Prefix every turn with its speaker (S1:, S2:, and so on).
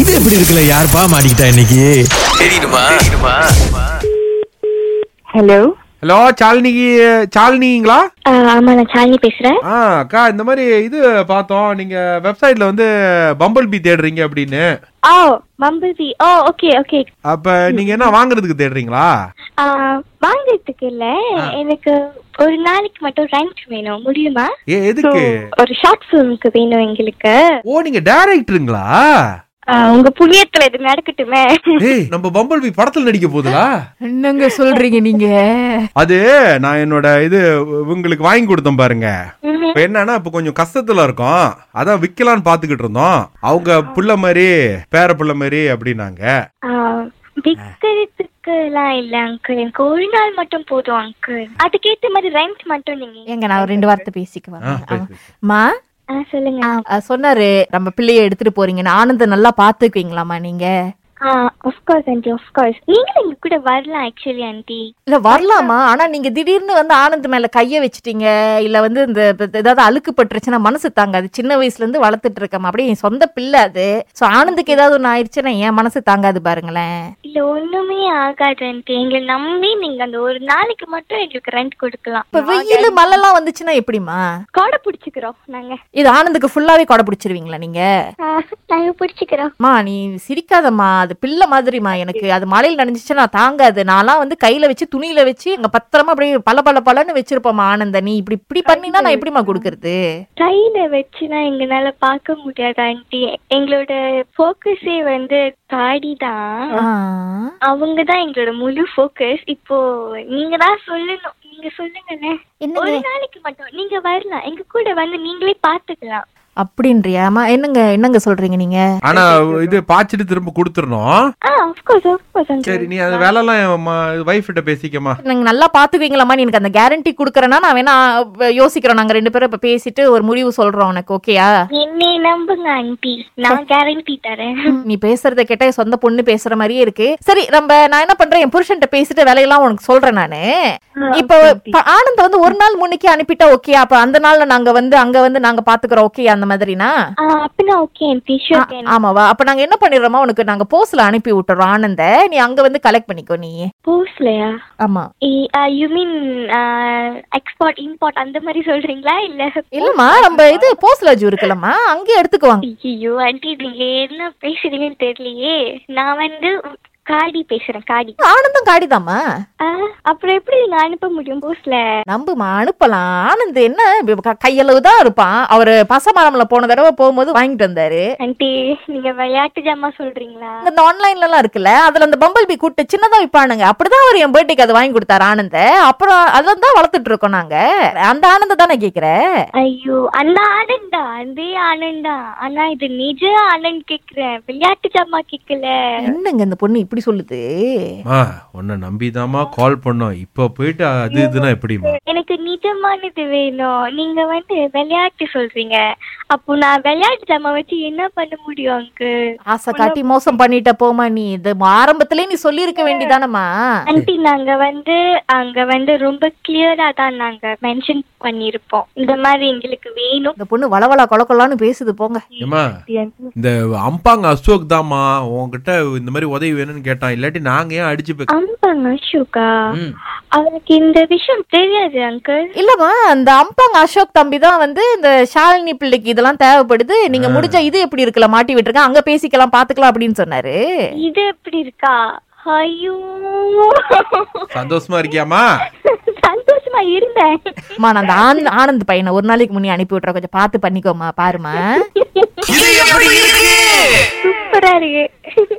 S1: இது எப்படி இருக்குல்ல யாருப்பா மாட்டிக்கிட்டா இன்னைக்கு
S2: ஹலோ
S3: ஹலோ சாலினி சாலினிங்களா
S2: Uh, ஆமா நான் சாலினி பேசுறேன்
S3: ஆ அக்கா இந்த மாதிரி இது பார்த்தோம் நீங்க வெப்சைட்ல வந்து பம்பிள் பி தேடுறீங்க அப்படின்னு
S2: ஓ மம்பிள் பி ஓ ஓகே ஓகே
S3: அப்ப நீங்க என்ன வாங்குறதுக்கு தேடுறீங்களா
S2: Uh, வாங்குறதுக்கு இல்ல எனக்கு ஒரு நாளைக்கு மட்டும் ரெண்ட் வேணும் முடியுமா
S3: ஏ
S2: So,
S3: எதுக்கு
S2: ஒரு ஷார்ட் ஃபிலிம்க்கு வேணும் எங்களுக்கு
S3: ஓ நீங்க டைரக்டருங்களா
S2: ஆ, உங்க புண்ணியத்துல இது நடக்கட்டுமே
S3: ஏய் நம்ம பம்பிள் பி படத்துல நடிக்க போதுலா
S4: என்னங்க சொல்றீங்க நீங்க
S3: அது நான் என்னோட இது உங்களுக்கு வாங்கி கொடுத்தேன் பாருங்க
S2: ம்ஹும்.
S3: இப்ப என்னன்னா இப்ப கொஞ்சம் கஷ்டத்துல இருக்கோம் அதான் விக்கலாம்னு பாத்துக்கிட்டு இருந்தோம் அவங்க புள்ள மாதிரி பேர புள்ள மாதிரி அப்படின்னாங்க
S2: ஆ, விக்கிறதுக்குலாம் இல்ல அங்கிள் எனக்கு ஒரு நாள் மட்டும் போதும் அங்கிள் அதுக்கேத்த மாதிரி ரெண்ட் மட்டும் நீங்க
S4: எங்க நான் ஒரு ரெண்டு வார்த்தை பேசிக்க
S3: ஆ,
S4: வரேன்
S3: பேசு, பேசு.
S4: மா
S2: ஆ, சொல்லுங்க
S4: சொன்னாரு நம்ம பிள்ளைய எடுத்துட்டு போறீங்கன்னு ஆனந்த நல்லா பாத்துக்குவீங்களாமா நீங்க
S2: ஆஃப்கோர்ஸ் ஆண்டி ஆஃப்கோர்ஸ் நீங்களும் எங்க கூட வரலாம் ஆக்சுவலி ஆண்டி
S4: இல்ல வரலாமா ஆனா நீங்க திடீர்னு வந்து ஆனந்த் மேல கைய வச்சிட்டீங்க இல்ல வந்து இந்த இப்ப ஏதாவது அழுக்கு பட்டுருச்சுன்னா மனசு தாங்காது சின்ன வயசுல இருந்து வளர்த்துட்டு இருக்கமா அப்படியே என் சொந்த பிள்ளை அது சோ ஆனந்துக்கு ஏதாவது ஒண்ணு ஆயிடுச்சுன்னா என் மனசு தாங்காது பாருங்களேன்
S2: இல்ல ஒண்ணுமே ஆகாது ஆண்டி எங்களை நம்பி நீங்க அந்த ஒரு நாளைக்கு மட்டும் எங்களுக்கு ரெண்ட் கொடுக்கலாம்
S4: இப்ப வெயில் மழைலாம் வந்துச்சுன்னா எப்படிமா
S2: கொடை பிடிச்சுக்கிறோம் நாங்க
S4: இது ஆனந்துக்கு ஃபுல்லாவே கொடை பிடிச்சிருவீங்களா நீங்க
S2: ஆ, நாங்க பிடிச்சுக்கிறோம்
S4: அம்மா நீ சிரிக்காதம்மா அது பிள்ளை மாதிரிமா எனக்கு அது மழையில் நனைஞ்சிச்சுன்னா தாங்காது நான்லாம் வந்து கையில வச்சு துணியில வச்சு எங்க பத்திரமா அப்படியே பல பல பலன்னு வச்சிருப்போம்மா ஆனந்த நீ இப்படி இப்படி பண்ணினா நான் எப்படிமா கொடுக்கறது
S2: கையில வச்சுனா எங்கனால பார்க்க முடியாது ஆண்டி எங்களோட போக்கஸே வந்து தாடி தான்
S4: ஆ.
S2: அவங்க தான் எங்களோட முழு ஃபோக்கஸ் இப்போ நீங்க தான் சொல்லணும் நீங்க சொல்லுங்கண்ணே ஒரு நாளைக்கு மட்டும் நீங்க வரலாம் எங்க கூட வந்து நீங்களே பாத்துக்கலாம்
S4: அப்படின்றியாமா என்னங்க என்னங்க சொல்றீங்க நீங்க
S3: ஆனா இது பாய்ச்சிட்டு திரும்ப கொடுத்துடணும்
S2: ஆ ஆஃப்கோர்ஸ் ஆஃப்கோர்ஸ்
S3: சரி நீ அது வேலை எல்லாம் வைஃப் கிட்ட பேசிக்கமா
S4: நாங்க நல்லா பாத்துக்குவீங்களாம்மா நீ எனக்கு அந்த கேரண்டி கொடுக்குறேன்னா நான் வேணா அஹ், யோசிக்கிறோம் நாங்க ரெண்டு பேரும் இப்ப பேசிட்டு ஒரு முடிவு சொல்றோம் உனக்கு ஓகேயா
S2: என்னை நம்புங்க ஆண்டி நான் கேரண்டி தரேன்
S4: நீ பேசுறத கேட்டா என் சொந்த பொண்ணு பேசுற மாதிரியே இருக்கு சரி நம்ம நான் என்ன பண்றேன் என் புருஷன்ட்ட பேசிட்டு வேலையெல்லாம் உனக்கு சொல்றேன் நானு இப்போ ப- ஆனந்த வந்து ஒரு நாள் முன்னுக்கே அனுப்பிட்டா ஓகே அப்ப அந்த நாள்ல நாங்க வந்து அங்க வந்து நாங்க பாத்துக்கிறோம் ஓகே அந்த மாதிரினா
S2: ஆ, அப்படின்னா ஓகே ஆண்டி ஷூர்
S4: ஆ- ஆமாவா அப்ப நாங்க என்ன பண்ணிடுறோமா உனக்கு நாங்க போஸ்ட்ல அனுப்பி விட்டுறோம் ஆனந்த நீ அங்க வந்து கலெக்ட் பண்ணிக்கோ நீ
S2: போஸ்லையா
S4: ஆமா
S2: you mean export import ah, அந்த மாதிரி சொல்றீங்களா இல்ல
S4: இல்லம்மா நம்ம இது போஸ்ட்ல ஜூ இருக்குல்லம்மா அங்கேயே எடுத்துக்குவாங்க
S2: ஐயோ ஆண்டி நீங்க என்ன பேசுறீங்கன்னு தெரியலையே நான் வந்து காடி பேசுறேன் காடி
S4: ஆனந்தம் காடிதாம்மா
S2: ஆ, அப்புறம் எப்படி நீங்க அனுப்ப முடியும் போஸ்ல
S4: நம்புமா அனுப்பலாம் ஆனந்த் என்ன க- கையளவு தான் இருப்பான் அவரு பசமரம்ல போன தடவை போகும்போது வாங்கிட்டு வந்தாரு
S2: ஆண்டி நீங்க விளையாட்டு ஜாமா சொல்றீங்களா
S4: இந்த ஆன்லைன்ல எல்லாம் இருக்குல்ல அதுல அந்த பம்பல் பி கூட்டு சின்னதா விற்பானுங்க அப்படிதான் அவர் என் பேர்த்டேக்கு அது வாங்கி கொடுத்தாரு ஆனந்த அப்புறம் அதுல தான் வளர்த்துட்டு இருக்கோம் நாங்க அந்த ஆனந்த தானே கேக்குறேன்
S2: ஐயோ அந்த ஆனந்தா அதே ஆனந்தா ஆனா இது நிஜ ஆனந்த் கேக்குறேன் விளையாட்டு ஜாமா கேக்கல
S4: என்னங்க இந்த பொண்ணு இப்படி சொல்லுது
S3: ஆ உன்னை நம்பிதாம்மா கால் பண்ணோம் இப்ப போயிட்டு அது இதுனா எப்படிமா
S2: எனக்கு நிஜமானது வேணும் நீங்க வந்து விளையாட்டு சொல்றீங்க அப்போ நான் விளையாட்டு ஜாமா வச்சு என்ன பண்ண முடியும் அங்கு
S4: ஆசை காட்டி மோசம் பண்ணிட்ட போமா நீ இது ஆரம்பத்திலே நீ சொல்லியிருக்க வேண்டியதானம்மா
S2: ஆண்டி நாங்க வந்து அங்க வந்து ரொம்ப கிளியரா தான் நாங்க மென்ஷன் பண்ணிருப்போம் இந்த மாதிரி எங்களுக்கு வேணும்
S4: இந்த பொண்ணு வளவளா கொலக்கொலான்னு பேசுது போங்க
S3: ஏமா இந்த அம்பாங்க அசோக் தாம்மா உன்கிட்ட இந்த மாதிரி உதவி வேணும்னு கேட்டான் இல்லாட்டி நாங்க ஏன் அடிச்சு போய்-
S2: ஆமாங்க அசோகா அவனுக்கு இந்த விஷயம் தெரியாது அங்கிள்
S4: இல்லம்மா அந்த அம்பாங்க அசோக் தம்பி தான் வந்து இந்த ஷாலினி பிள்ளைக்கு இதெல்லாம் தேவைப்படுது நீங்க முடிஞ்ச இது எப்படி இருக்குல்ல மாட்டி விட்டுருங்க அங்க பேசிக்கலாம் பாத்துக்கலாம் அப்படின்னு சொன்னாரு
S2: இது எப்படி இருக்கா ஐயோ
S3: சந்தோஷமா இருக்கியாமா
S2: சந்தோஷமா இருந்தேன்
S4: அம்மா நான் அந்த ஆனந்த் ஆனந்த் பையனை ஒரு நாளைக்கு முன்னே அனுப்பி விட்றேன் கொஞ்சம் பார்த்து பண்ணிக்கோமா பாருமா
S2: சூப்பரா இருக்கு